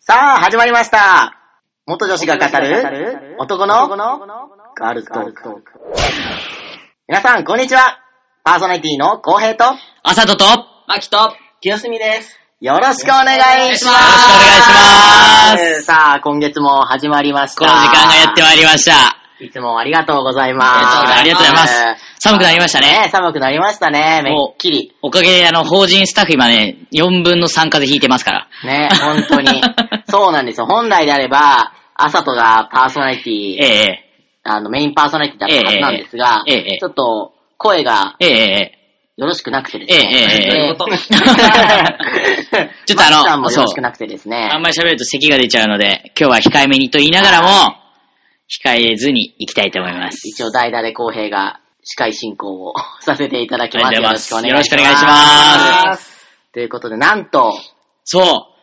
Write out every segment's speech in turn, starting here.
さあ、始まりました。元女子が語る男のガールズトーク。皆さん、こんにちは。パーソナリティの浩平とあさとと、まきと、清澄です。よろしくお願いします。よろしくお願いします。さあ、今月も始まりました。この時間がやってまいりました。いつもありがとうございます。ありがとうございます寒くなりましたねね。寒くなりましたね、めっきり。おかげで、あの、法人スタッフ今ね、4分の3風邪ひいてますから。ね、本当 に。そうなんですよ。本来であれば、あさとがパーソナリティ、ええあの、メインパーソナリティだったはずなんですが、ええええちょっと、声がええええよろしくなくてですえええね。えええどういうこ ちょっとあのマキさんもよろしくなくてですね。あんまり喋ると咳が出ちゃうので、今日は控えめにと言いながらも、控えずに行きたいと思います。一応代打で公平が司会進行をさせていただきあます。りよがとろしくうござおいま願いします。すよろしくお願いしまということで、なんと、そ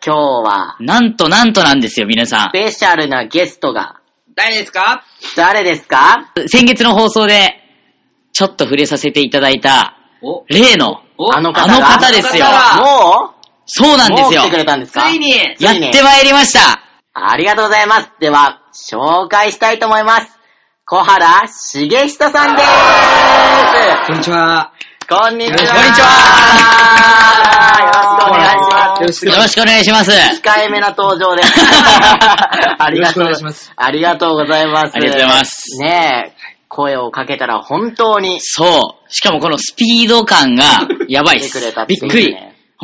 今日は、う。なんとなんとなんですよ、皆さスペシャルなゲストが、誰ですか誰ですかん。先月の放送で、ちょっと触れさせていただいた、お、例の、おあの方あがの方ですよ。あのもそううなんですよもう来てく。れたんですかついにつやいっにてまいりました。ありがとうございます。では、紹介したいと思います。小原茂久さんでーこんにちは。す。こんにちは。こんにちよろしくおは願いします。よろしくお願いします。控えめな登場です。ありがとうよろしくお願いします。ありがとうございます。ありがとうございますねえ、声をかけたら本当にそう。しかもこのスピード 感が、やばいっ来てくれすたっ。ていびっうねくり。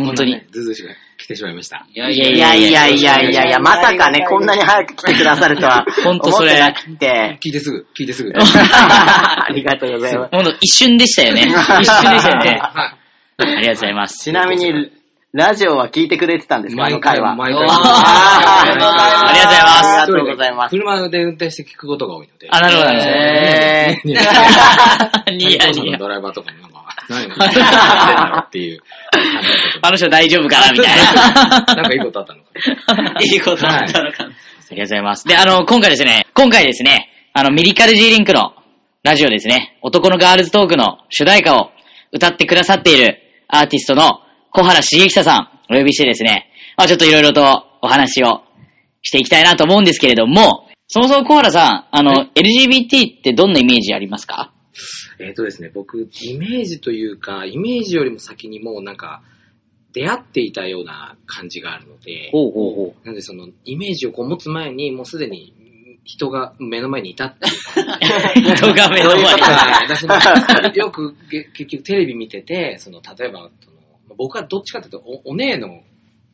本当に。。ずうずうしく来てしまいました。いやいいややいいややいいややいいややいいややいいや、や、ままささかかねね、、ここんんななにに。早く来てくださるとはほんと思っそれてなくて。聞いてすぐ、聞いてすぐ。 ありがとうございます。ほんと一瞬でした よね。一瞬でしたよね。はありがとうございます。ちなみに、ラジオは聞いてくれてたんでいすかあの回は。毎お回ーあーあありがとうございます。車で運転して聞くことが多いので。あ、なるほど、なるほど。えニニヤニヤド。ライバーとかもなんか、何が起こってんだろうっていう感じだったけど。あの人大丈夫かなみたい な。なんかいいことあったのか いいことだったのかな。ありがとうございます。で、あの、今回ですね、今回ですね、あの、メディカル G リンクのラジオですね、男のガールズトークの主題歌を歌ってくださっているアーティストの小原茂久さん、お呼びしてですね、まあちょっといろいろとお話をしていきたいなと思うんですけれども、そもそも小原さん、あの、LGBT ってどんなイメージありますかえっとですね、僕、イメージというか、イメージよりも先にもうなんか、出会っていたような感じがあるので、ほうほうほう。なんでその、イメージをこう持つ前に、もうすでに人が目の前にいたってい う人が目の前に。はい私もよくげ結局テレビ見てて、その例えばそのまあ僕はどっちかというとおお姉の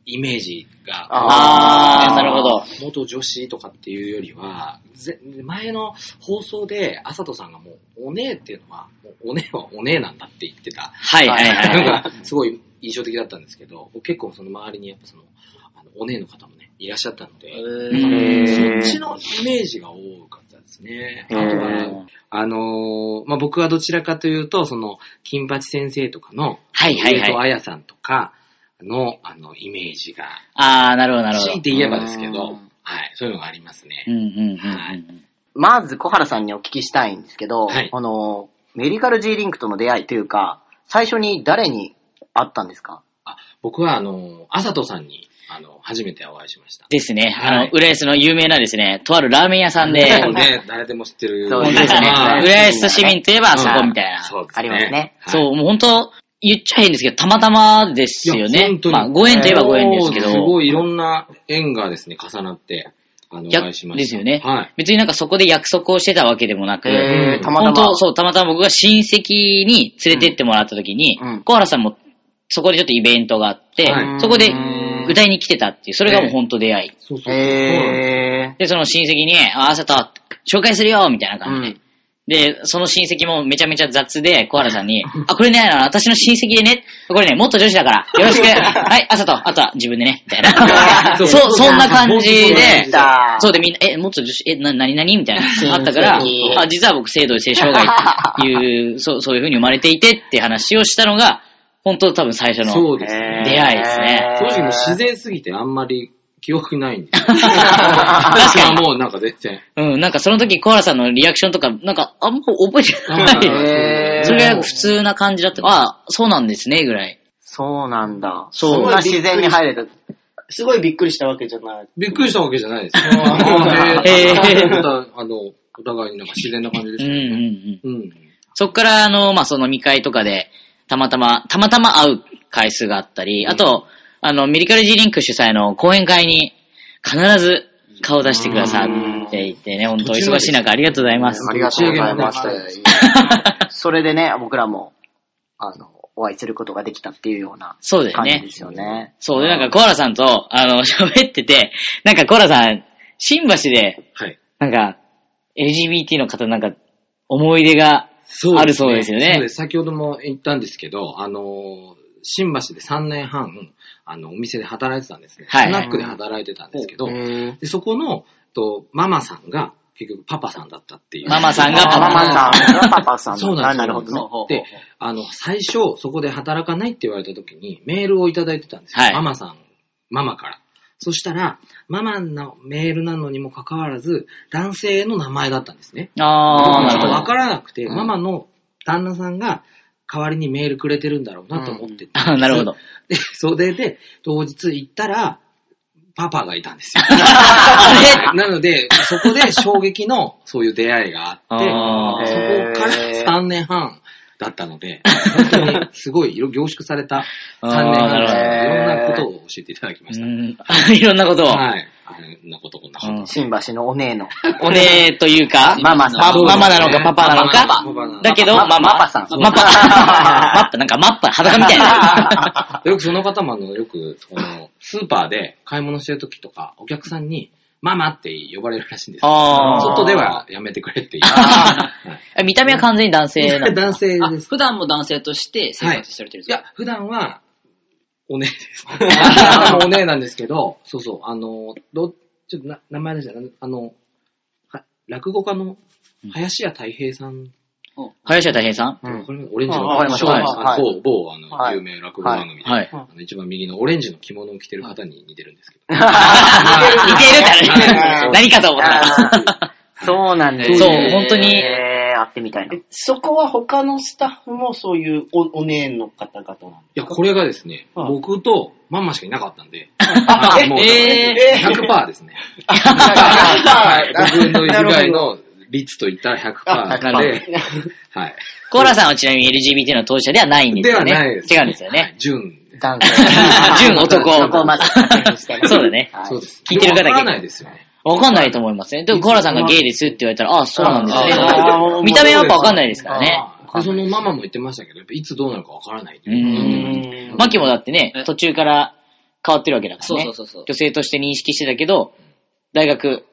イメージが、あー、なるほど。元女子とかっていうよりは、ぜ前の放送で、あさとさんがもう、お姉っていうのは、もうお姉はお姉なんだって言ってた、はいはいはのい。がすごい印象的だったんですけど、結構その周りにやっぱその、あのお姉の方もね、いらっしゃったので、へーそっちのイメージが多かったですね。あへとーは、あのーまあ、僕はどちらかというと、その、金八先生とかの、はいはいはい上戸彩さんとかの、あの、イメージが、あー、なるほどなるほど強い。て言えばですけうどん、はい、そういうのがありますねう。んうんうんうん。まず小原さんにお聞きしたいんですけど、はいあの、メディカル G リンクとの出会いというか、最初に誰に会ったんですかあ僕は、あのー、あさとさんに、あの、初めてお会いしました。ですね。あはのい、浦安の有名なですね、とあるラーメン屋さんで、 もうね、誰でも知ってる。そう本当ですねは。い浦安市民といえばあそこみたいな。そうですありますねはいそう、もう本当、言っちゃ変ですけど、たまたまですよいやね本当。にまあ、ご縁といえばご縁ですけど。すごいいろんな縁がですね、重なって、あの、お逆会いしました。ですよねはい。別になんかそこで約束をしてたわけでもなく、へーたまたま本当、そう、たまたま僕が親戚に連れてってもらった時に、うんうん小原さんもそこでちょっとイベントがあって、はいそこでうん歌いに来てたっていう、それがもう本当出会い。そうそうそう。へで、その親戚に、あ、あさと、紹介するよみたいなー。感じで。で、その親戚もめちゃめちゃ雑で、小原さんに、あ、これね、あの私の親戚でね、これね、元女子だから、よろしく、はい、朝と、あとは自分でね、みたい な。そそうう、そんな感でじで、たそうでみんな、え、元女子、え、な、なになにみたいな、あったから親戚、あ、実は僕、性同一性障害って いう、そう、そういう風に生まれていてって話をしたのが、本当多分最初その。うですね。出会いです ね正直もう自然すぎてあんまり記憶ないんで すよ。確かにもうなんか全然。うん、なんかその時、小原さんのリアクションとか、なんか、あんま覚えてない。へーそれが普通な感じだった。あ、そうなんですね、ぐらい。そうなんだ。そうそんな自然に入れた。すごいびっくりしたわけじゃない。びっくりしたわけじゃないです。ーへーまた、あの、お互いになんか自然な感じでうんうんうしたね。ん。うん。そっから、あの、まあ、その見会とかで、たまたま、たまたま会う回数があったり、あと、あの、ミリカル G リンク主催の講演会に、必ず顔出してくださっていてね、本当お忙しい中ありがとうございます。ありがとうございまし打ち上げもねた。それでね、僕らも、あの、お会いすることができたっていうようなそうだよ感じねで。すよね。そう、で、なんかコアラさんと、あの、喋ってて、なんかコアラさん、新橋で、はい。なんか、LGBT の方なんか、思い出が、あるそうですよねそうです。先ほども言ったんですけど、あの、新橋で3年半、あの、お店で働いてたんですね。はいスナックで働いてたんですけど、うんでそこの、と、ママさんが、結局パパさんだったっていう。ママさんがパマパマさんがパパさんそうなんですあなるほどね。で、あの、最初、そこで働かないって言われた時に、メールをいただいてたんですよ。はいママさん、ママから。そしたら、ママのメールなのにもかかわらず、男性の名前だったんですね。あー、僕もなちるょっほとどわ。からなくて、うんママの旦那さんが代わりにメールくれてるんだろうなと思ってて、あーなるほど。 で、それで、当日行ったら、パパがいたん ですよ。なので、そこで衝撃のそういう出会いがあって、あーそこから3年半だったので、本当にすごい色凝縮された3年半でしあーなるたほどいろんなことを教えていただきまうした。ん、いろん なことを。はい。あんなことこんなこう ん新橋のお姉の。おねというか、ママさんパと。ママなのかパパなのパか、パなのだかけど、マママママパさん マママッパ、なんかマッパ、裸みたいな。 よくその方もあの、よく、この、スーパーで買い物してる時とか、お客さんに、ママって呼ばれるらしいんですよ。あー外ではやめてくれっていう。え 見た目は完全に男 性なの。男性あです。普段も男性として生活されてるんいですやか、、普段は、お姉です。 あのお姉なんですけど、そうそう、あの、ど、ちょっとな名前出したらあの、は落語家の林家太平さん、林家大平さ んうんこれオレンジの、あわかりましたそうではいすあの某、某、あの、はい有名落語番組で、はい。あの一番右のオレンジの着物を着てる方に似てるんですけど。似てるからうね。ん 何かと思った。 あーそうなんですね。そう本当にえー、会ってみたいな。そこは他のスタッフもそういうお、お姉の方々なんいや、これがですね、はい僕とママしかいなかったんで、あもう、え100%ですね。僕の以外の率と言ったら100%なんで、はい。コーラさんはちなみに LGBT の当事者ではないんですでよはね。ないです。違うんですよはね。い。純。男性。 純男そこをまず確認してね そうだねはいそうです。聞いてる方でもわからないですよね。わかんないと思いますね。でもコーラさんがゲイですって言われたら、あ、そうなんですねあ。 見た目はやっぱわかんないですからね。でそのママも言ってましたけど、やっぱいつどうなるかわからないってういう。ん。うんマキもだってね、途中から変わってるわけだからね。そうそうそうそう女性として認識してたけど、大学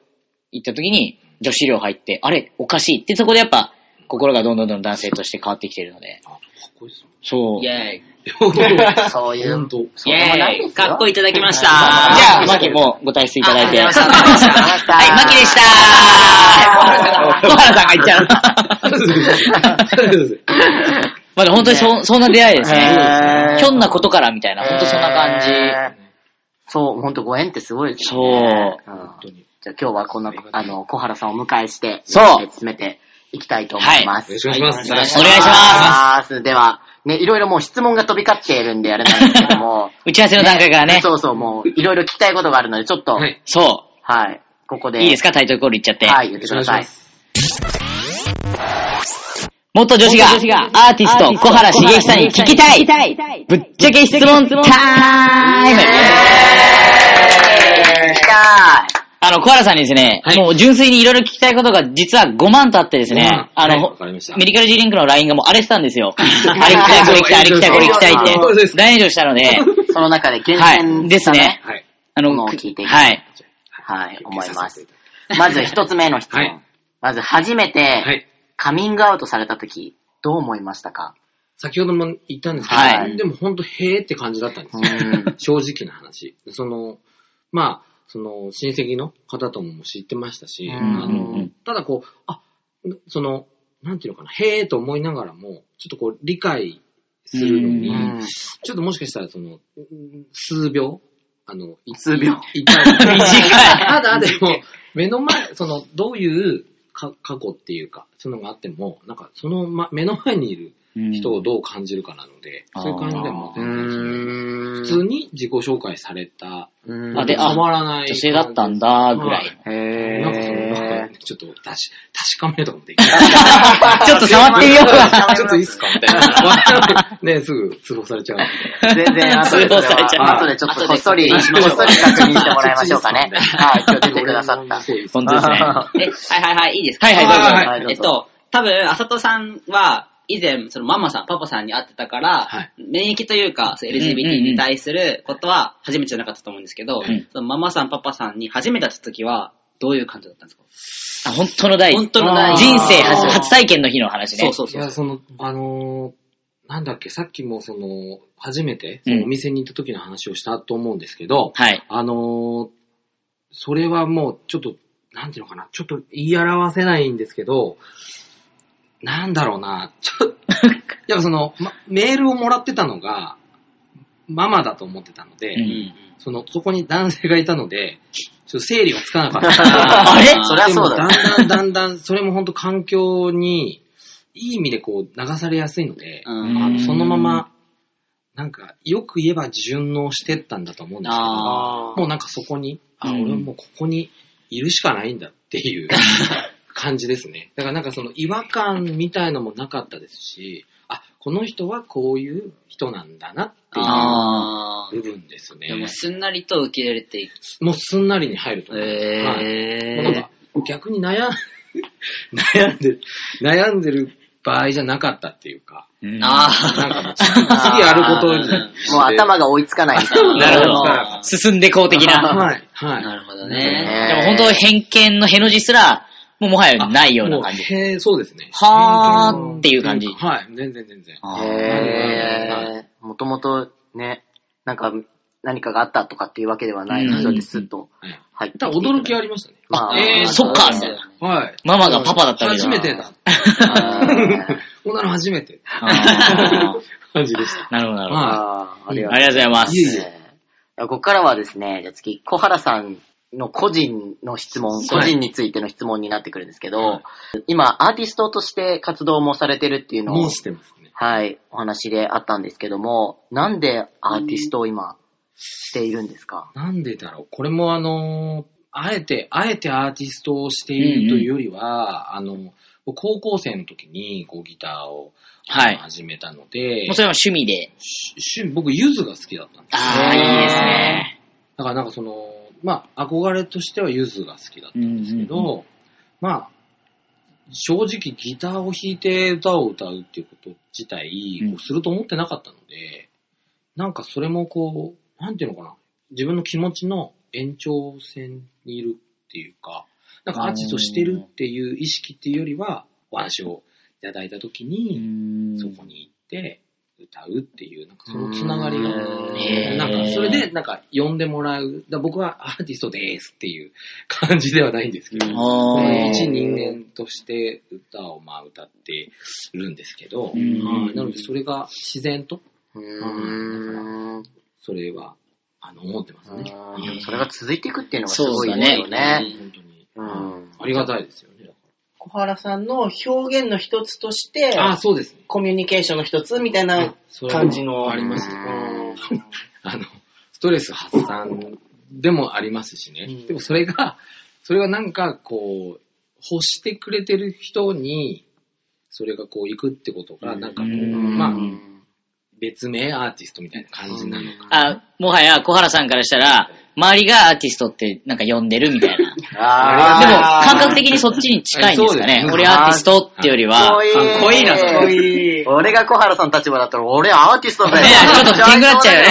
行った時に女子寮入って、あれおかしいって、そこでやっぱ心がどんどんどん男性として変わってきてるので。あ、かっこいいですね。そう。イじゃェーイ。そういう。本当そうでもないでイェーイ。すよかっこいただきました。あ、マキもご退出いただいて。あはあい、りがとうございましたマキでしたー小原さんが言っちゃう。 まあでも本当にそ,、そんな出会いですへねー。ひょんなことからみたいな、本当そんな感じ。えーそう、本当ご縁ってすごいですね。。そうん本、当に。じゃあ今日はこんな、あの、小原さんをお迎えして、そうえー詰めていきたいと思います。よろしくお願いします。お願いしお願いしまます。では、ね、いろいろもう質問が飛び交っているんであれなんですけど も、す。打ち合わせの段階からね。そうそう、もういろいろ聞きたいことがあるので、ちょっと、は、はいいそここう。で。いいですかタイトルコール言っちゃって。はい、言ってください。元女子が、アーティスト、小原茂樹さんに聞きたいぶっちゃけ質問タイム聞きたい。あの、小原さんにですね、はいもう純粋にいろいろ聞きたいことが実は5万とあってですね5万、あはいの、わかりましたメディカル G リンクの LINE がもう荒れてたんですよ。あれ行きたい、これ行きたい、あれ行きたい、これ行きたいあそうっでて、す大炎上したので、その中で厳はい、選ですね。はい。あもの、うく聞いていきますはい。はい、思いまさせすて。ただまず一つ目の質問。はいまず初めいてはてい。カミングアウトされた時、どう思いましたか先ほども言ったんですけど、はいでも本当へーって感じだったんですうよ。ん。正直な話。その、まあ、その、親戚の方とも知ってましたし、うんあうんうんの、ただこう、あ、その、なんていうのかな、へえと思いながらも、ちょっとこう、理解するのに、うんちょっともしかしたら、その、数秒あの、い数秒いいた短いただ、でも、目の前、その、どういうか過去っていうか、そういうのがあっても、なんか、その、ま、目の前にいる人をどう感じるかなので、うんそういう感じでもう全然違う、普普通に自己紹介された。うん。あであ止まらない。女性だったんだ、ぐらい。へなんかそのなえん。かちょっと確確かめようと 思って。ちちょっと触ってみようか。ょっといいっすかみたい な。ね、すぐ通報されちゃう。全然後でそれ 通報されちゃは、う後でちょっとこっそり、こっそり確認してもらいましょうかね。は い、今日出てくださった。そうです本当ですね。え、はいはいはい、いいですかはいはいどうぞはいどうぞえっと、多分、あさとさんは、以前、そのママさん、パパさんに会ってたから、はい免疫というか、そう LGBT に対することは初めてじゃなかったと思うんですけど、んそのママさん、パパさんに初めて会った時は、どういう感じだったんですかあ本当の第一本当の第一人生初あー初体験の日の話ね。そういそうそうや、。その、あのーなんだっけ、さっきもその、初めて、そのお店に行った時の話をしたと思うんですけど、はい。あのーそれはもう、ちょっと、なんていうのかな、ちょっと言い表せないんですけど、なんだろうな、ちょっと、やっぱその、まメールをもらってたのが、ママだと思ってたので、ううんんその、そこに男性がいたので、ちょっと整理がつかなかった。 あれあそりゃそうだね。でもだんだんだんだん、それも本当環境に、いい意味でこう流されやすいので、うあん。のそのまま、なんか、よく言えば順応してったんだと思うんですけど、ああもうなんかそこに、あ、うん俺はもうここにいるしかないんだっていう 感じですね。だからなんかその違和感みたいのもなかったですし、あ、この人はこういう人なんだなっていあー。う部分ですねで。も、すんなりと受け入れていく。もうすんなりに入ると思います。はいもうなんえか逆に悩ん 悩んでる、悩んでる場合じゃなかったっていうか、うんあなんー。かも う次次やることにもう頭が追いつかない。なるほどは進んでこう的 な。はい、はなるほどねね。でも本当偏見のへの字すら、もうもはやい。ないような感じ。もへーそうですね。はーっていう感じはい、全然全然。へえ。もともとね、なんか、何かがあったとかっていうわけではないのうんで、スッと入ってきてたいただだいて。驚きありましたね。まあえーそっかみみたいたいなな。はい。ママがパパだったわけだな初めてだ。あ ーこんなの初めて。あー感じでした。なるほど、なるほど。はあーありがとうありがとうございまいえいす。えここからはですね、じゃあ次、小原さんの個人の質問、個人についての質問になってくるんですけど、は今、アーティストとして活動もされてるっていうい。のもをう、してますね。はい、お話であったんですけども、なんでアーティストを今、しているんですかなんでだろう。これもあのーあえて、あえてアーティストをしているというよりは、あの、僕高校生の時にこうギターをはい始めたので、もうそれは趣味で。し趣僕、ゆずが好きだったんですよ。ああ、いいですね。だからなんかその、まあ、憧れとしてはゆずが好きだったんですけど、うんまあ、正直ギターを弾いて歌を歌うっていうこと自体、うんこうすると思ってなかったので、なんかそれもこう、なんていうのかな、自分の気持ちの延長線にいるっていうか、なんかアーティストしてるっていう意識っていうよりは、お話をいただいた時うに、んそこに行って、歌うっていう、なんかそのつながりがうんへーなんか、それで、なんか、呼んでもらう。だ僕はアーティストですっていう感じではないんですけど、あー一人間として歌をまあ歌ってるんですけど、はうんいなので、それが自然と、うーん。それは、あの、思ってますね。うんでもそれが続いていくっていうのがすごいですそようね。本当に。うんありがたいですよね。小原さんの表現の一つとして、あ、そうですね。コミュニケーションの一つみたいなそれは感じの。ありますねうんあの、ストレス発散でもありますしね。うんでもそれが、それがなんかこう、欲してくれてる人に、それがこう行くってことが、なんかこう、うんまあう、ん別名アーティストみたいな感じなのか。あ、もはや小原さんからしたら、周りがアーティストってなんか呼んでるみたいな。であもー感覚的にそっちに近いんですかそうですね。ね俺アーティストってよりは。かっこいいかっこいいなそれかっこい い。俺が小原さんの立場だったら、俺アーティストだよ。ねちょっとピンクなっちゃうよね。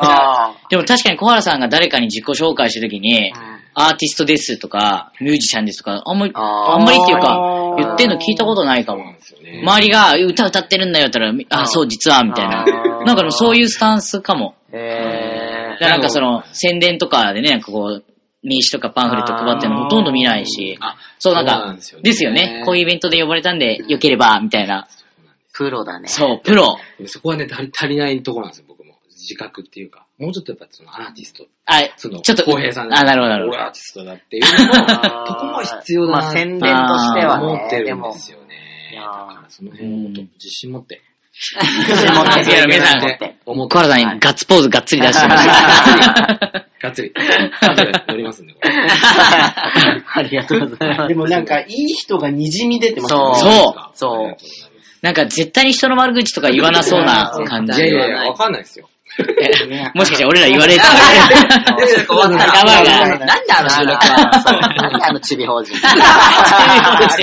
あでも確かに小原さんが誰かに自己紹介したときに、アーティストですとか、ミュージシャンですとか、あんまり、あーあんまりっていうかあ、ー言ってんの聞いたことないかそうなもん。ですよね。周りが歌歌ってるんだよって言ったら、あーあ、そう、実は、みたいなあー。なんかでもそういうスタンスかも。ーえだからなんかその、宣伝とかでね、なんかこう、名刺とかパンフレット配ってるのほとんど見ないし。あ、そう、なんそうなかんですよ、ねですよね。こういうイベントで呼ばれたんで、よければ、みたいな。ー、プロだね。そう、プロ。そこはね、足り足りないところなんですよ、僕も。自覚っていうか。もうちょっとやっぱそのアーティスト、あ、その、ちょっと、公平さんあ、なるほど、なるほ俺ど。アーティストだっていうのもあーとこも必要だなまあ宣伝としてはね。思ってるんもで、すよねい。やーだからその辺をもっと自信持って。自信持っていや皆さん自信持って思って小原さんにガッツポーズがっつり出してま した。がっつり。がっつり乗りますんで、これ。 ありがとうございます。でもなんか、いい人が滲み出てますそう。そうそありがうと。うございまなんか絶対に人の悪口とか言わなそうな感すいじやいや。いややいいや、やわかんないですよ。もしかして俺ら言われた。 や ばいやばいやばいやばいなんであの収録そうなんであのチビ法人。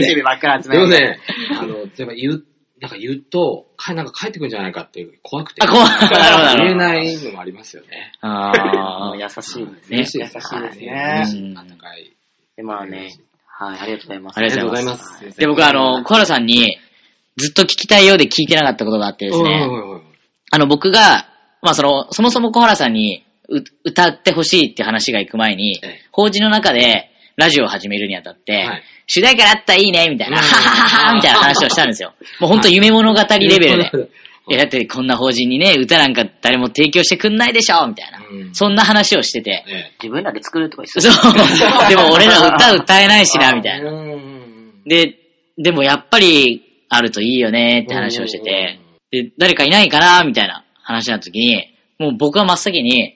チビばっかり集めでるも。ね、あの、例えば言う、なんか言うと、かなんか帰ってくるんじゃないかっていう、怖くて。あ怖いなるほど言えないのもありますよね。もあう優しいんですね。ね嬉しいです優しいですねはい嬉しういんあったかい。でまあね、はい、ありがとうございます。ありがとうございますはーで、僕はあの、小原さんにずっと聞きたいようで聞いてなかったことがあってですね。おいおいおいおいあの、僕が、まあ、その、そもそも小原さんにう歌ってほしいって話が行く前にええ、法事の中でラジオを始めるにあたって、はい主題歌だったらいいね、みたいな、うはんはははみたいな話をしたんですよ。もう本当夢物語レベルで。いや、だってこんな法人にね、歌なんか誰も提供してくんないでしょみたいな。うんそんな話をしてて。え自分らで作るとか言って そう。でも俺ら歌歌えないしな、みたえいうな。んうんうんで、でもやっぱりあるといいよねって話をしてて、で、誰かいないかなみたいな話になった時に、もう僕は真っ先に、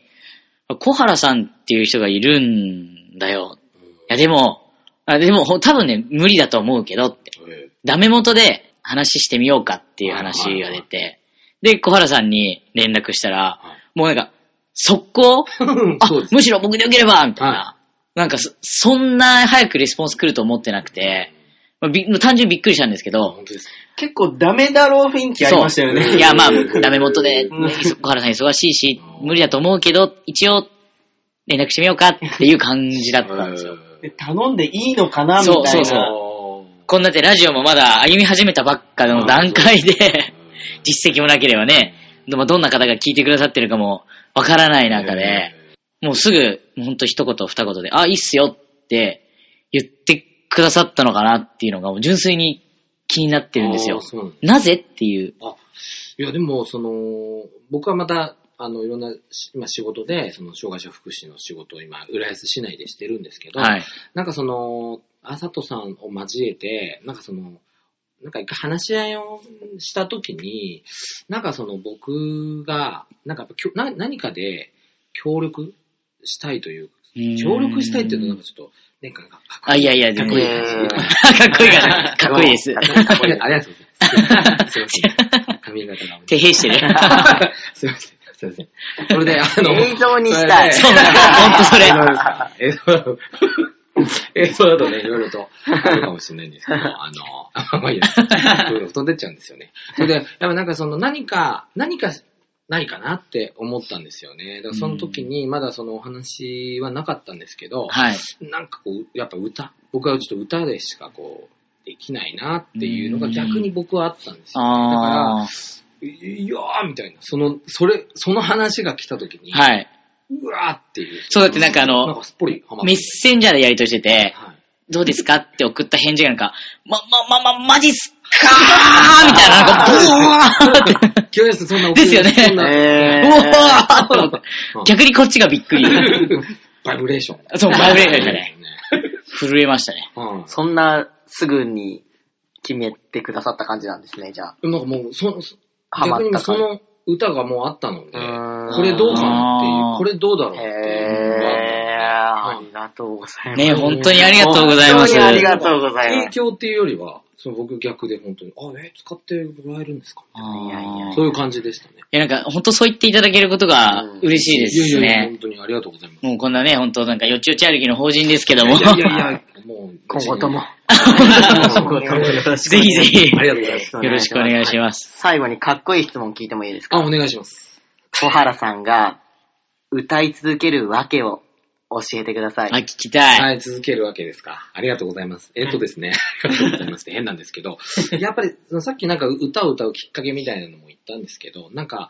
小原さんっていう人がいるんだよ。いや、でも、あでもほ多分ね、無理だと思うけどって。えダメ元で話してみようかっていう話が出て、で、小原さんに連絡したら、もうなんか、速攻あそうで、すむしろ僕でよければみたいはな。なんかそ、そんな早くレスポンス来ると思ってなくて、まあび単純にびっくりしたんですけど、本当ですか結構ダメだろう雰囲気ありましたよそうね。いや、まあ、ダメ元で、ねうん小原さん忙しいし、無理だと思うけど、一応、連絡してみようかっていう感じだったんですよ。でえ頼んでいいのかなみたいな。そうえそうおーこんなってラジオもまだ歩み始めたばっかの段階で、実績もなければね、でもどんな方が聞いてくださってるかもわから ない中で、もうすぐ、ほんと一言二言で、あ、いいっすよって言ってくださったのかなっていうのが、もう純粋に気になってるんですあーよ。そうなんだなぜっていう。あ、いや、でも、その、僕はまた、あの、いろんなし、今仕事で、その、障害者福祉の仕事を今、浦安市内でしてるんですけど、はい。なんかその、あさとさんを交えて、なんかその、なんか一回話し合いをしたときに、なんかその僕が、なんかやっぱきょな何かで協力したいというか、協力したいっていうとなんかちょっと、なんかなんかかっこあ、いやいや、でかっもこいいかですえーっこいいか な。かっこいいです。かっこいいありがとうございます。すいません。髪型が。手平してね。 すいません。すいません。それで、あの、映像にしたいそそれうでなの。ほんとそれ。映像だと、映像だとね、いろいろとあるかもしれないんです けど、あの、まあいいや、いろいろ飛んでっちゃうんですよね。それで、やっぱなんかその何か、何か、ないかなって思ったんですよね。だからその時に、まだそのお話はなかったんですけど、はい。なんかこう、やっぱ歌、僕はちょっと歌でしかこう、できないなっていうのが逆に僕はあったんですよ。だから、あいやーみたいな。その、それ、その話が来た時に、あ。はい。うわーっていう。そうだってなんかあのなんかすっぽりはまっメてッセンジャーでやりとりしてて、はい。どうですかって送った返事がなんか、ま、ま、ま、ま、マジっすかーみたいな、なんか、ブワーって。清安そんなおですよねそん なえうーわーって思ってうん逆にこっちがびっくり。 バイブレーション。そう、バイブレーションでしたね。。震えましたね。うん。そんなすぐに決めてくださった感じなんですね、じゃあ。なんかもう、その、そハマっ逆にもたうそ感じ。の歌がもうあったので、うーんこれどうかなってあいーう、これどうだろうっていうのへー、あがりがとうございます。ね、本当にありがとうございます。本当にありがとうございま提す。供っていうよりは、その僕逆で本当に、あ、え、使ってもらえるんですかあーいやいやそういう感じでしたね。いや、なんか、本当そう言っていただけることが嬉しいですいやいやいや、ね。本当にありがとうございます。もうこんなね、本当なんか、よちよち歩きの法人ですけども。いや いやいや、もう、今後とも。 今後ともよろしくぜひぜひ、ありがとうございます。よろしくお願いしす。ます。最後にかっこいい質問聞いてもいいですかあ、お願いします。小原さんが歌い続けるわけを教えてください。あ、 聞きたい。はい、続けるわけですか。ありがとうございます。えっとですね、ありがとうございますって変なんですけ ど、やっぱり、そのさっきなんか歌を歌うきっかけみたいなのも言ったんですけど、なんか、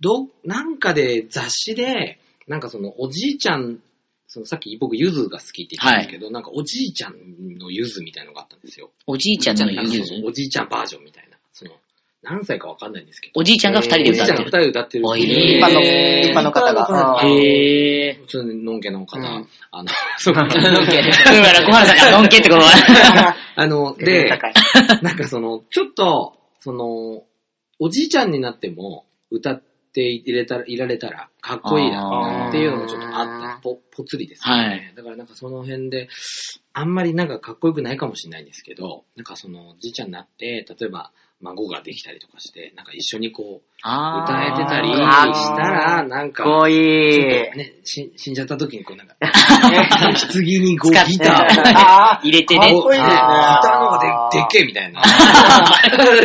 どう、なんかで雑誌で、なんかそのおじいちゃん、そのさっき僕ゆずが好きって言ったんですけど、なんかおじいちゃんのゆずみたいなのがあったんですよ。おじいちゃんのゆずなんかそのおじいちゃんバージョンみたいな。その、何歳かわかんないんですけど、おじいちゃんが二人でおじい歌っちゃんてが二る。人で歌ってる。おい一般の、へー一般の方が。あーへえ。そののんけの方、うんあの、 そう、のんけ だから、小原さんがのんけってことは。あの、レベルで、高いなんかその、ちょっと、その、おじいちゃんになっても歌っっていれたら、いられたら、かっこいいな、っていうのもちょっとあった。ぽ、ぽつりですね。はいだからなんかその辺で、あんまりなんかかっこよくないかもしれないんですけど、なんかその、じいちゃんになって、例えば、孫ができたりとかして、なんか一緒にこう、あ歌えてたりあーしたら、なんか、こいちょっとい。ね、し死んじゃった時にこうな んか、棺にこうギター、あ入れてかねっ。こいいですねギターの方がででっけえみたいな。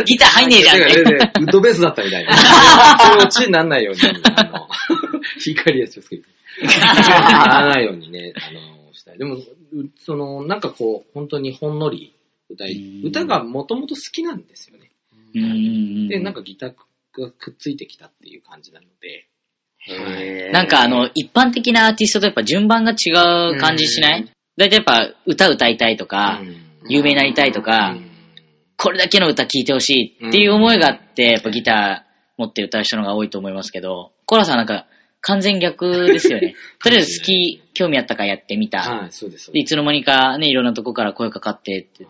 ギター入んねえじゃんって。ウッドベースだったみたいな。そういうオチになんないように、あの、 光やすすけど。ならないようにね、あの、したい。でも、うその、なんかこう、本当にほんのり歌い、うん歌がもともと好きなんですよね。で、なんかギターがくっついてきたっていう感じなので、へー なんかあの、一般的なアーティストとやっぱ順番が違う感じしなういだいたいやっぱ歌歌いたいとか、うん有名になりたいとか、これだけの歌聴いてほしいっていう思いがあって、やっぱギター持って歌う人の方が多いと思いますけど、コラさんなんか完全逆ですよ ね。とりあえず好き、興味あったからやってみた。はい、そうです。そうででいつの間にかね、いろんなとこから声かかってって、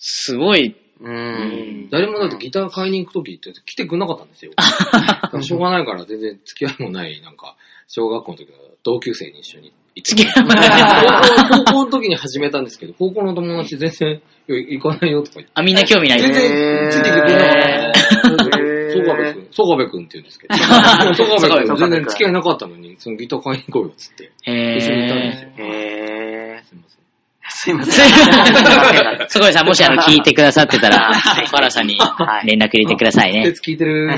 すごうい、すん。誰もだってギター買いに行くときって来てくれなかったんですよ。だからしょうがないから全然付き合いもない、なんか、小学校の時の同級生に一緒に行って付き合いもない高校高校の時に始めたんですけど、高校の友達全然、いや行かないよとか言って。あ、みんな興味ない。全然ついてきてくれなかったへーソガベ君、ソガベ君って言うんですけど、ソガベ君全然付き合いなかったのに、そのギター買いに行こうよっつって、へ一緒に行ったんですへーよ。ーすすいません。いません。すごいさん、もしあの、聞いてくださってたら、コラさんに連絡入れてくださいね。説聞いてる。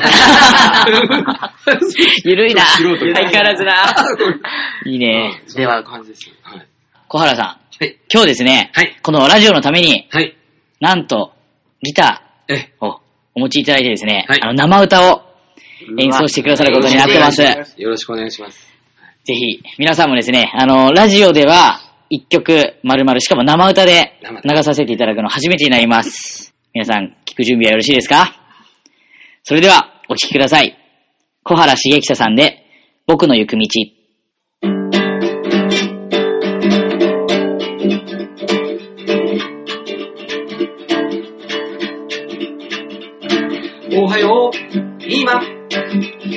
ゆるいな。素人相変わらずな。 いいね。うんではそんな感じです。はい。小原さん、はい。今日ですね、はいこのラジオのために、はい。なんと、ギタえ、ーをお持ちいただいてですね、はいあの生歌を演奏してくださることになってます。ぜよろしくお願いします。ひ、皆さんもですね、あの、ラジオでは、一曲、まるまる、しかも生歌で生歌流させていただくの初めてになります。皆さん、聞く準備はよろしいですかそれでは、お聴きください。小原茂久さんで、僕の行く道。おはよう。今、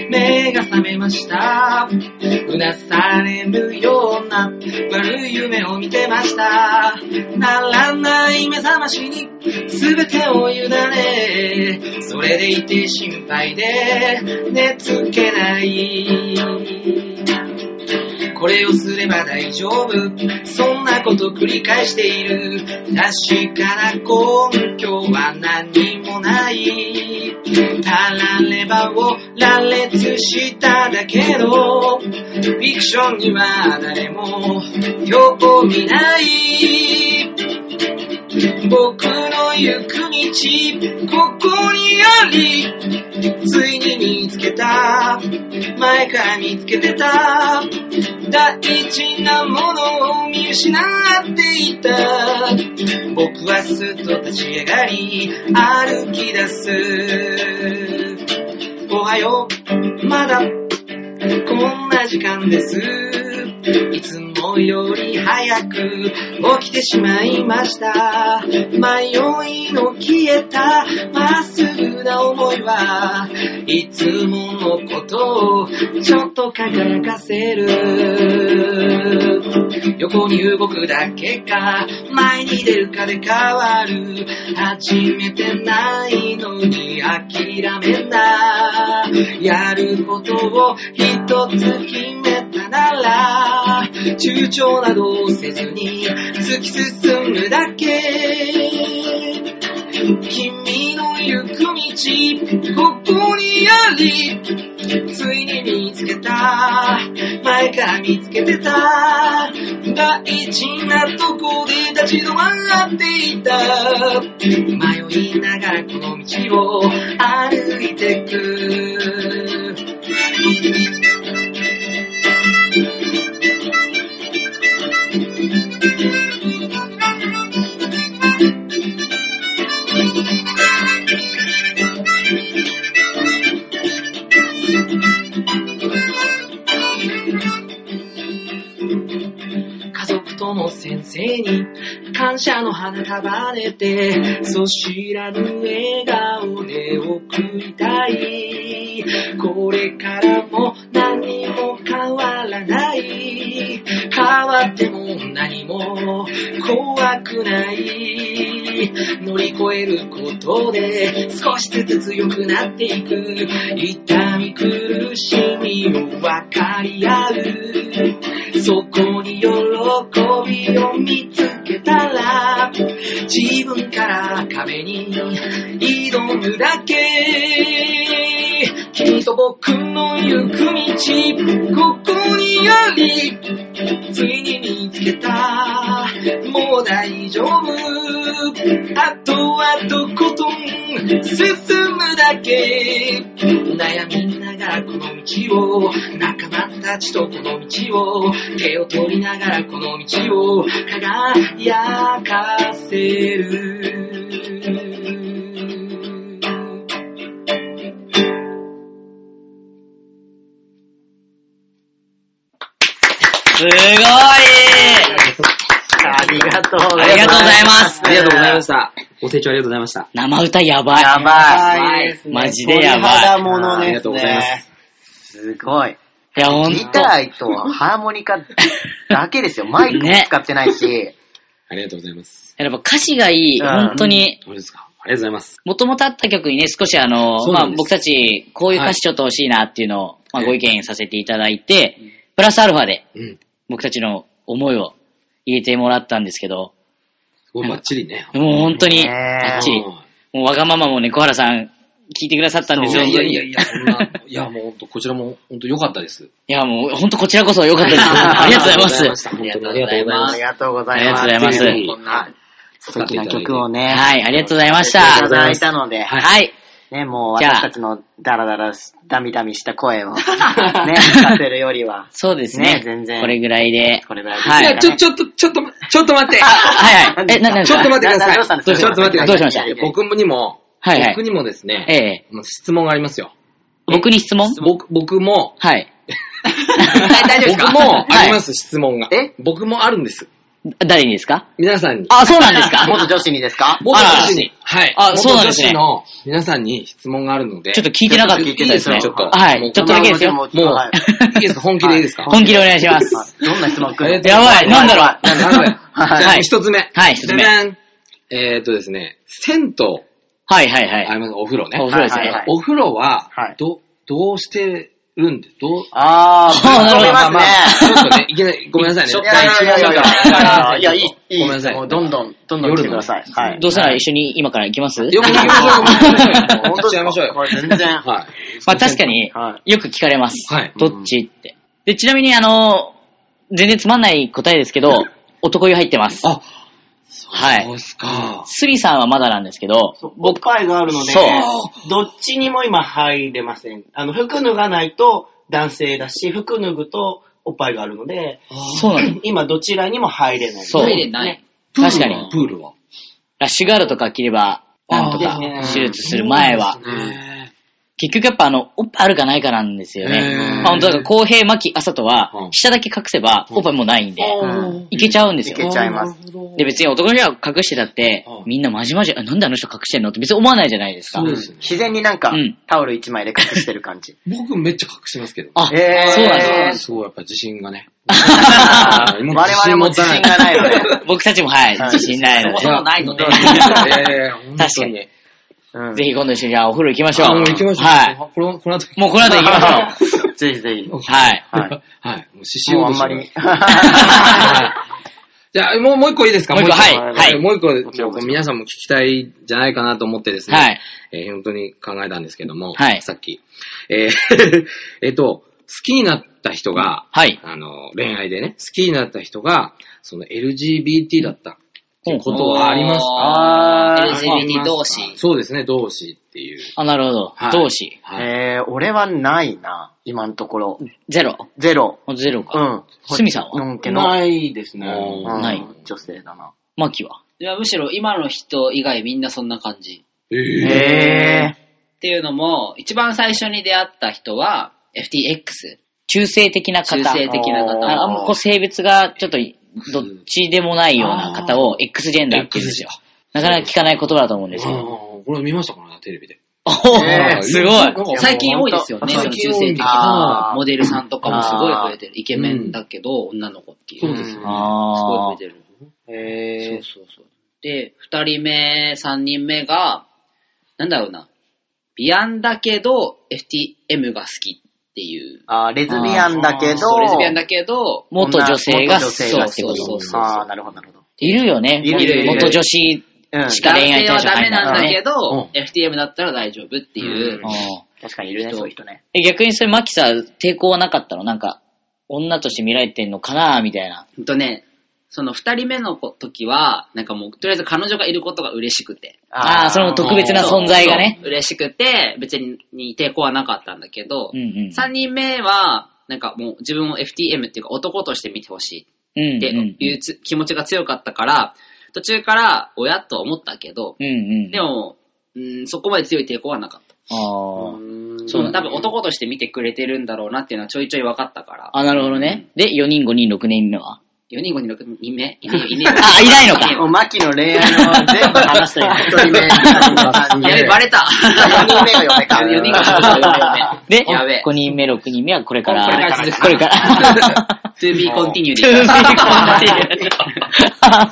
目が覚めました。うなされるような悪い夢を見てました。ならない目覚ましに全てを委ね。それでいて心配で寝つけない。これをすれば大丈夫そんなこと繰り返している確かな根拠は何もないたらればを羅列しただけどフィクションには誰も興味ない僕の行く道ここにありついに見つけた前から見つけてた大事なものを見失っていた僕はすっと立ち上がり歩き出すおはようまだこんな時間ですいつもより早く起きてしまいました迷いの消えたまっすぐな思いはいつものことをちょっと輝かせる横に動くだけか前に出るかで変わる始めてないのに諦めんなやることを一つ決めたなら躊躇などせずに突き進むだけ君の行く道ここにありついに見つけた前から見つけてた大事なとこで立ち止まっていた迷いながらこの道を歩いてく家族とも先生に感謝の花束ねてそ知らぬ笑顔で送りたい言これからも何も変わらない変わっても何も怖くない乗り越えることで少しずつ強くなっていく痛み苦しみを分かり合うそこに喜びを見つけたら自分から壁に挑むだけ君と僕の行く道ここにありついに見つけたもう大丈夫あとはとことん進むだけ悩みながらこの道を仲間たちとこの道を手を取りながらこの道を輝かせるすごいありがとうごありがとうございますすありがとうございました。ご清聴ありがとうございました。生歌やばい。やばい。はいですねマジでやばい鳥肌ものあーありでがすとうございまねす。すごい。いや、ほんギと。ターとハーモニカだけですよ。マイクも使ってないし。ありがとうございます。やっぱ歌詞がいい。うん本当に。どうですかありがとうございます。もともとあった曲にね、少しあの、そうまなあんです僕たち、こういう歌詞ちょっと欲しいなっていうのを、まあええご意見させていただいて、プラスアルファでうん。僕たちの思いを入れてもらったんですけど、すごいバッチリね。もう本当に、ねえバッチリ。もうんうわがままもね、小原さん、聞いてくださったんですよ。いやいやいいや、そん な、いやもう本当、こちらも本当良かったです。や、もう本当こちらこそ良かっ たです。ありがとうございます。ありがとうございまあすり。がとうございます。ありがとうございますぜひこんな素敵な曲をね、はい、ありがとうございましいたた。だいたので、はい。ね、もうじゃあ私たちのダラダラし、ダミダミした声 を、ね、聞かせるよりは。そうですねね。全然これぐらいで。これぐらいではいいや、。ちょ、ちょっと、ちょっと、ちょっと待って。はいはい。え、な、なんですちょかっと待ってください。ななどうしたんですかちょっと待ってください。どうしましたいや僕にも、はいはい僕にもですね、ええ。もう質問がありますよ。僕に質問僕、僕 も、はい。。僕もありますす、質問が。え僕もあるんです。誰にですか皆さんに。あ、そうなんで すか元女子にですか元女子に。はい。あそうなんですね元女子の皆さんに質問があるので。ちょっと聞いてなかったちょっと聞いてなでいですすねよ。ちょっとはい。ちょっとだけですもよ。う、もうはいいいですか本気でいいですかは本気でお願いします。どんな質問来るのやばい、なんだろう。なるはいほど。じゃあ一つ目。はい一つ目じゃじゃんえーっとですね、銭湯、はいはいはあい。ります、お風呂ね。お風呂ですはいはいはねい。お風呂ははい、ど、どうしてるんで、どう、あー、あな飛るほどびますねまあ。まあちょっとね、いきなり、ごめんなさい ね。いやいやいやいやいや、いや、いい、いい。ごめんなさいもうどんどん、どんどん来てください。はい。どうせなら一緒に今から行きますよく行きましょう、本本当で当しちゃいましょうすかこよ。れ全然。はい。まあ確かには、よく聞かれます。はいどっちって。で、ちなみにあの、全然つまんない答えですけど、男湯入ってます。あ、はそういっ。すか。スリさんはまだなんですけど、そうおっぱいがあるのでそう、どっちにも今入れません。あの、服脱がないと男性だし、服脱ぐとおっぱいがあるので、そうなの。今どちらにも入れない。そうで入すれねない。確かに。プールはラッシュガールとか着れば、なんとかあーですね手術する前は。結局やっぱあの、おっぱいあるかないかなんですよへね。ーまあ本当だから公平巻き朝とはう、ん下だけ隠せばおっぱいもうないんで、うんいけちゃうんですいよ。けちゃいます。で別に男の人が隠してたってうん、みんなまじまじ、あなんであの人隠してんのって別に思わないじゃないですかそう。ですね。自然になんかうん、タオル一枚で隠してる感 じ。僕めっちゃ隠してますけど。あ、えーそうなんですえよーすごい、やっぱ自信がね。我 々も自信がないので。僕たちもはい、はい自信ないのそんなこで。とないの で。確確かうに。んぜひ今度一緒にじゃあお風呂行きましょあう。もう行きましょう。はい。この、この後。もうこの後行きましょ ぜひぜひ。う。はい。はい。はい。もう獅子もう王あとんしまてり。 じゃあ、もう、もう一個いいですかもう一個はいはいもう一個、ちょっと皆さんも聞きたいんじゃないかなと思ってですね。はい。えー本当に考えたんですけども、はいさっき。えー えっと、好きになった人が、はい。あの、恋愛でね、好きになった人が、その LGBT だったっていうことはありますあー LGBT 同士。そうですね、同士っていう。あ、なるほどは。い同士。はい。えー、俺はないな、今のところ。ゼロ。ゼロ。ゼロうか。ん。すみさんはのんけの。ないですね。おうんない女性だな。マキはいや、むしろ今の人以外みんなそんな感じ。えーえっていうのも、一番最初に出会った人は、FTX。中性的な方。中性的なあ方。ーああんまこう性別がちょっとどっちでもないような方を X ジェンダーって言うんですよ。なかなか聞かない言葉だと思うんですけど。あーこれ見ましたかな、テレビで。おねーえすごなんい。かもう最近多いですよね、あその中性的あなーモデルさんとかもすごい増えてる。イケメンだけど、女の子っていう。そうですすよね。ごあいあ増。えてる。へー。そうそうそう。で、二人目、三人目が、なんだろうな。ビアンだけど、FTM が好きっていう。あーレズビアンだけど、そう、レズビアンだけど、元女性が元女性がそうってことそうそうそうああ、なるほど、なるほど。いるよね。いるいるいる元女子。うん。しか男恋愛性対は象ダメなんだけうんど、FTM だったら大丈夫っていうう。確かにいるね、そういう人ね。え、逆にそれ、マキさ、抵抗はなかったのなんか、女として見られてんのかなみたいな。ほんとね、その二人目の時は、なんかもう、とりあえず彼女がいることが嬉しくて。ああー、その特別な存在がね。そう嬉しくて、別に抵抗はなかったんだけどうん、うん。三人目は、なんかもう自分を FTM っていうか男として見てほしいうんっていうつ気持ちが強かったから、途中から親と思ったけど、うんうん。でも、うん、そこまで強い抵抗はなかった。あそう、多分男として見てくれてるんだろうなっていうのはちょいちょい分かったからあ。。あ、なるほどね。で、4人、5人、6人いるのは。 4人5人6 人目いねえよいねえよあいないの かねえ もう、よマキの恋愛の全部話してる。一人目、二 人目、やべ、バレた四人目が嫁か。 4人が5人目。で、やべえ5人目、6人目はこれから。これからで すこれから。 to be トゥービ continued. ーコンティニュー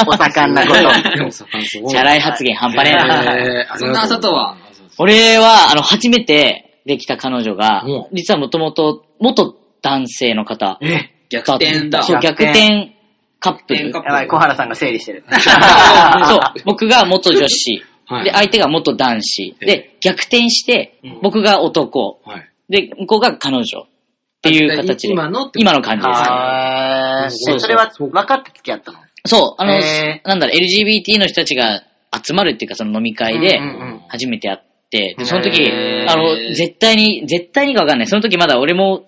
お盛んなこと。でもさ、すごい。チャラい発言半端ねえな。えーそんな外は。俺は、あの、初めてできた彼女がうん、実はもともと、元男性の方だっ逆た。転だ。そう、逆転カップ逆転ルカ。ップやばい、小原さんが整理してる。そう、僕が元女子。はいで、相手が元男子。で、逆転して、僕が男。はい。で、向こうが彼女。っていう形で。今のってこと今の感じです。あそうーえそれは分かって付き合ったのそう、あの、へなんだろう、LGBT の人たちが集まるっていうか、その飲み会でうんうんうん、初めて会って、で、その時へ、ーあの、絶対に、絶対にかわかんない。その時まだ俺も、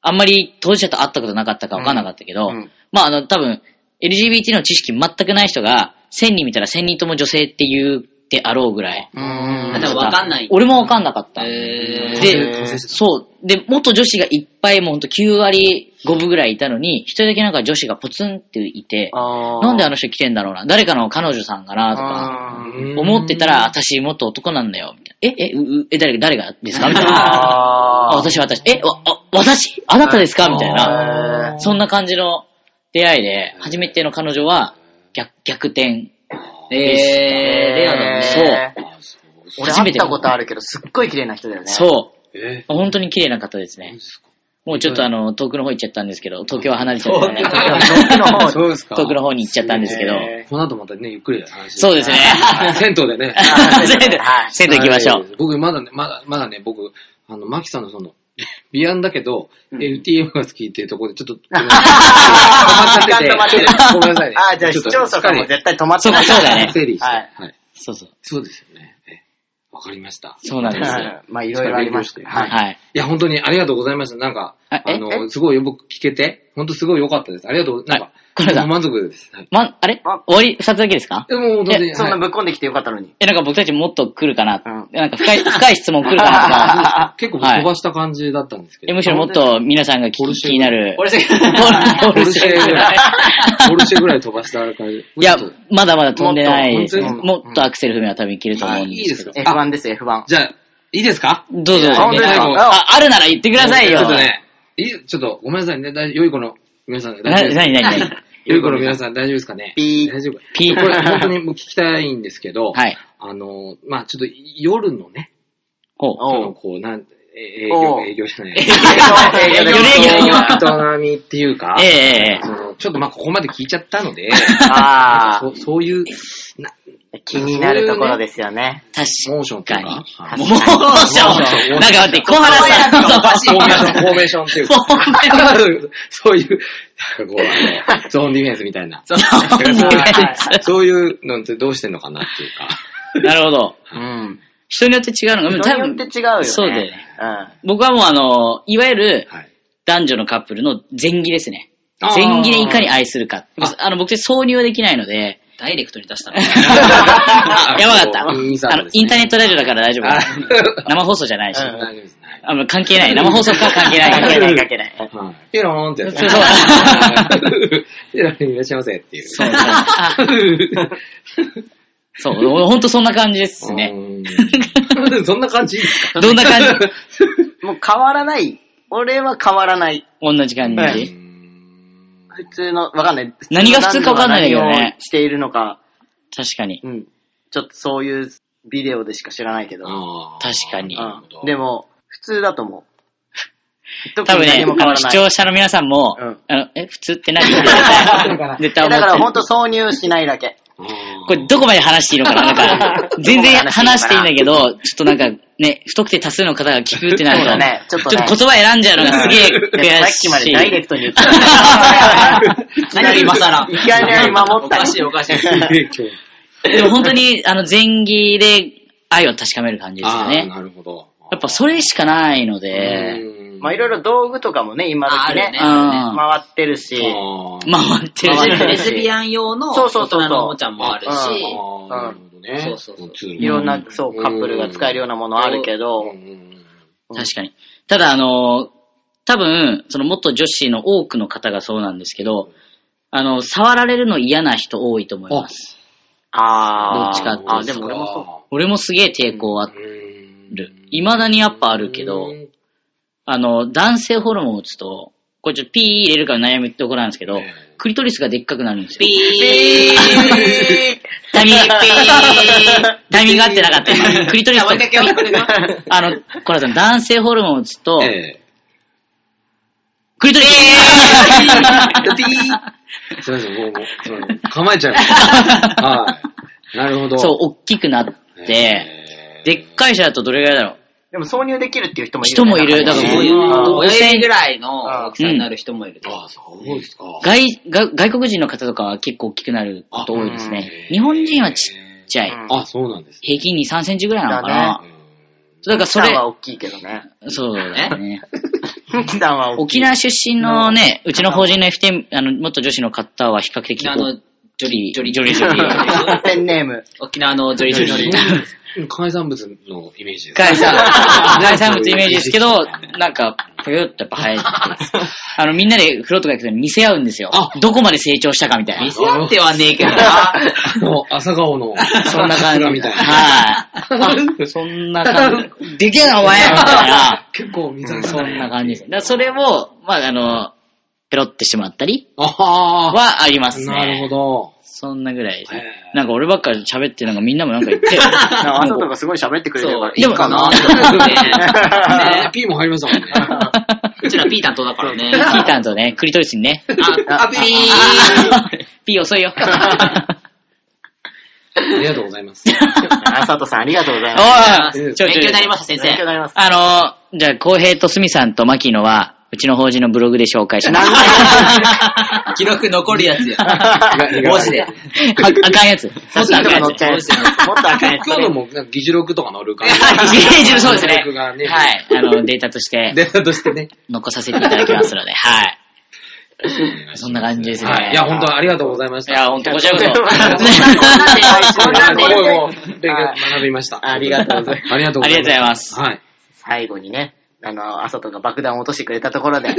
あんまり当事者と会ったことなかったかわかんなかったけど、うんうんまあ、あの、多分、LGBT の知識全くない人が、1000人見たら1000人とも女性って言うであろうぐらい。うんあでも分かんない俺もわかんなかった。へーへで、ーそう。で、元女子がいっぱい、もうほんと9割5分ぐらいいたのに、一人だけなんか女子がポツンっていて、なんであの人来てんだろうな。誰かの彼女さんかなとか、あ思ってたら、私もっと男なんだよ。みたいなえ、え、ううえ、誰が、誰が ですかみたいーな。あ、あー。私、私。え、わ、あ、私あなたですかみたいな。なそんな感じの出会いで、初めての彼女は、逆、逆転。えー、レアだね。そうそう。俺会ったことあるけど、すっごい綺麗な人だよね。う。そう。え本当に綺麗な方ですね。もうちょっとあの、遠くの方行っちゃったんですけど、東京は離れちゃったんで、 ーそうですか。遠くの方に行っちゃったんですけど、この後またね、ゆっくり話そうですね。はい銭湯でね。はい 銭湯行きましょはう。い。僕、まだね、まだ、まだね、僕、あの、マキさんのその、ビアンだけど、LTM が好きっていうところで、 ちょっと、止まっちゃってて止まってるごめんなさいね。あー、じゃあ視聴者さんも絶対止まってない。そうだね整理して。ははいい。そうそう。そうですよね。えわかりました。そうなんですよ。うんまあ、いろいろありまして。はい。はい。いや、本当にありがとうございました。なんか、ああえの、すごいよく聞けて、本当すごい良かったです。ありがとう、なんはかい、これだもう満足です。はいま、あれあ終わり二つだけですかでも、本当に、そんなはいぶっこんできてよかったのに。え、なんか僕たちもっと来るかな。うんなんか深い、深い質問来るかなとか。結構僕飛ばした感じだったんですえ、けど。むしろもっと皆さんが聞き気になる。 俺せ、ポルシェポルシェぐ らいポルシェぐらい飛ばした感じ。いやちょっと、まだまだ飛んでないですね。もっと本当にもっとアクセル踏みは多分いけると思うんですけど。あ F1 です、F1。じゃあ、いいですかどうぞ。あ本当ですかあ、あるなら言ってくださいよ。ちょっとね、いいちょっとごめんなさいね。大良い子の皆さん、 な、大丈夫なですにかなにな に良い子の皆さん、大丈夫ですかねピー大丈夫。ピーこれ、本当にもう聞きたいんですけど、はい。あの、まあちょっと夜のね、ほう。あおの、 う。こう、なん、え営おう業、営業じゃない。営業営業営業人並みっていうか、ええええそのちょっとまあここまで聞いちゃったので、あそうそういう、なあ、 気になるところですよね。確モーションとかか、に。モはーいション。なんか待って、小原さんフと、ォーメーション、フォーメーションっていうか、そういう、なんかこ う、あのゾーンディフェンスみたいな。そういうのってどうしてんのかなっていうか。なるほど。うん。人によって違うのが、人によって違うよね。そうだよね。うん。僕はもうあの、いわゆるはい。男女のカップルの前儀ですね。あー前儀でいかに愛するか。ああの、僕、挿入はできないの で、ダイレクトに出したの。 あやばかった。あインサートので、すねインターネットラジオだから大丈あ夫。生放送じゃないし。うん大丈夫ですね。あの、関係ない。生放送とは関係ない。か関け係なないい。かけない。はい。ピローンってやつ。 そうそうはい。ピローンいらっしゃいませっていう。そうそうそう、ほんとそんな感じです ね。うん。そんな感じどんな感じ もう変わらない。俺は変わらない。同じ感じ。はういん普通の、わかんない。何が普通かわかんないんだけどね何をしているのか、確かに。うん。ちょっとそういうビデオでしか知らないけど。あー確かになるほどうんでも、普通だと 思う。多分ね、特に何も変わら視ない。聴者の皆さんも、うんあのえ、普通って何 って絶対絶対だ思からって本る。当挿入しないだけ。こ れどこまで話していいのかな なんか、全然話していいんだけど、ちょっとなんかね、不特定多数の方が聞くってなるそうだと、ねちょっとちねょっと言葉選んじゃうのがすげえいや悔さっしきまでい。ダイレク トに言ってた。何今 更。いきなり守ったおりかしいおか しい。でも本当に、あの、前儀で愛を確かめる感じですよあーね。なるほど。やっぱそれしかないので、うんまあいろいろ道具とかもね、今時あるねねうん。ま回ってるし、あー回ってるし回ってるレズビアン用のそう大そうそうそう人のおもちゃもあるし、あーなるほどね。そうそうそうツールいろんな、そうう、んカップルが使えるようなものあるけど、うんうん確かに。ただ、あの、多分、その元女子の多くの方がそうなんですけど、あの、触られるの嫌な人多いと思います。あー。どっちかっていうとあ、でも俺もそ俺もすげえ抵抗あうーんる。未だにやっぱあるけどう、んあの、男性ホルモンを打つと、これちょっとピー入れるから悩みところなんですけどええ、クリトリスがでっかくなるんですう。よ。ピータイミング、ピ ータイミング合ってなかった。クリトリスあもとう一回やってみようあの、コラさん、男性ホルモンを打つと、 えクリトリスえ。すいません、もう、もううん構えちゃいました。はい。なるほど。 そう、大きくなっえて、えでっかい人だとどれぐらいだろうでも挿入できるっていう人もいる、人もいる。だからねこうういいうう。女親性指ぐにらいの大きさになる人もいる。ああ、そうですか。外外外国人の方とかは結構大きくなること多いですね。日本人はちっちゃい。あ、そうなんですね。平均に3センチぐらいなのかなだ。そうだからそそれはれ、大きいけどね。そうだよね。キさんは大きい。沖縄出身のね、うちの法人の FT、あの、元女子の方は比較的沖縄のジョリジョリジョリジョリ ペンネーム。沖縄のジョリジョリ。うん海産物のイメージです。海 産物、海産物イメージですけど、なんか、ぷよっとやっぱ生えてて。あの、みんなで風呂とか行くと見せ合うんですよあ。どこまで成長したかみたいな。見せ合ってはねえけどな。あの、朝顔の、 そんな感じ。みたいな。はい。そんな感 じ。でけえな、お前みたいな。結構見た目 そんな感じです。だからそれを、まあ、あの、ペロってしまったりああ、はありますね。なるほど。そんなぐらいですねへ。なんか俺ばっかり喋って、なんかみんなもなんか言って。 あなたとかすごい喋ってくれてるから。でもいいかな ね P も入りましたもんね。うちらピータンとだから ね。聞いたんとね、クリトリスにね。あ、ピーあーピー遅 いよ。ありがとうござ います。あ、佐藤さんありがとうございます。おい、勉ちょちょ強になりました、先勉強に生。なります。あのー、じゃあ、浩平とスミさんと牧野は、うちの法人のブログで紹介 します。記録残るやつや。文文字で。ああかんやつ。もっと赤いやつ。もっと 赤いやつ。今日のもなんか議事録とか載るから。ゲージのそうですね。僕がねはい。あの、データとしてデータとしてね。残させていただきますので、はい。そんな感じですね。はい。いや、本当ありがとうございましいた。や、ほんと、こちらここそ。んなこんなこんなこういうのを勉強学びました。ありがとうございますありがとうごありざいます。がとうございますはい。最後にね、あの、朝とか爆弾を落としてくれたところ で、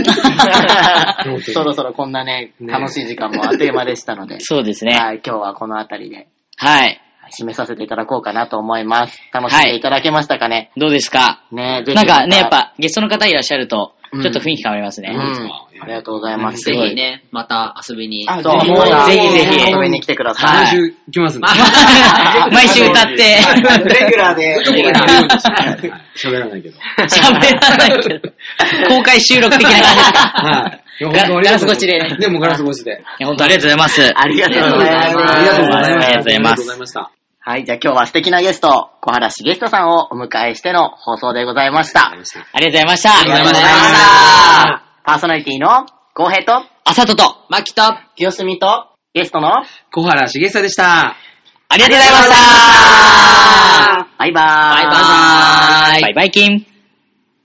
そろそろこんなね、ね楽しい時間もあっという間でしたので、 そうですはね。い、今日はこの辺りではい。締めさせていただこうかなと思います。楽しんでいただけましたかね。どうですかねぜひなんかね、やまったぱ、ゲストの方いらっしゃると、うんちょっと雰囲気変わりますうね。ん、ありがとうございます。 ぜひね、また遊びに。そう、ぜひもうぜひぜひ遊びに来てくださ毎い。週行きますね。 毎週歌 って、レギュラーで。レギュラー喋らないけど。喋らないけど、公開収録的な感じですかはい。いやガ本当ありがとうガラス越しでねでもガラス越しで。いや、本当ありがとうございます。ありがとうございます。ありがとうございました。ありがとうございますありがとうございました。はい、じゃあ今日は素敵なゲスト、小原茂人さんをお迎えしての放送でございました。ありがとうございました。ありがとうございまありがとうございました。パーソナリティの、浩平と、あさとと、マキと、清澄と、ゲストの、小原茂久でした。ありがとうございましたバイバーイ。バイバイキン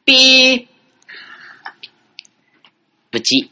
ピーブチ。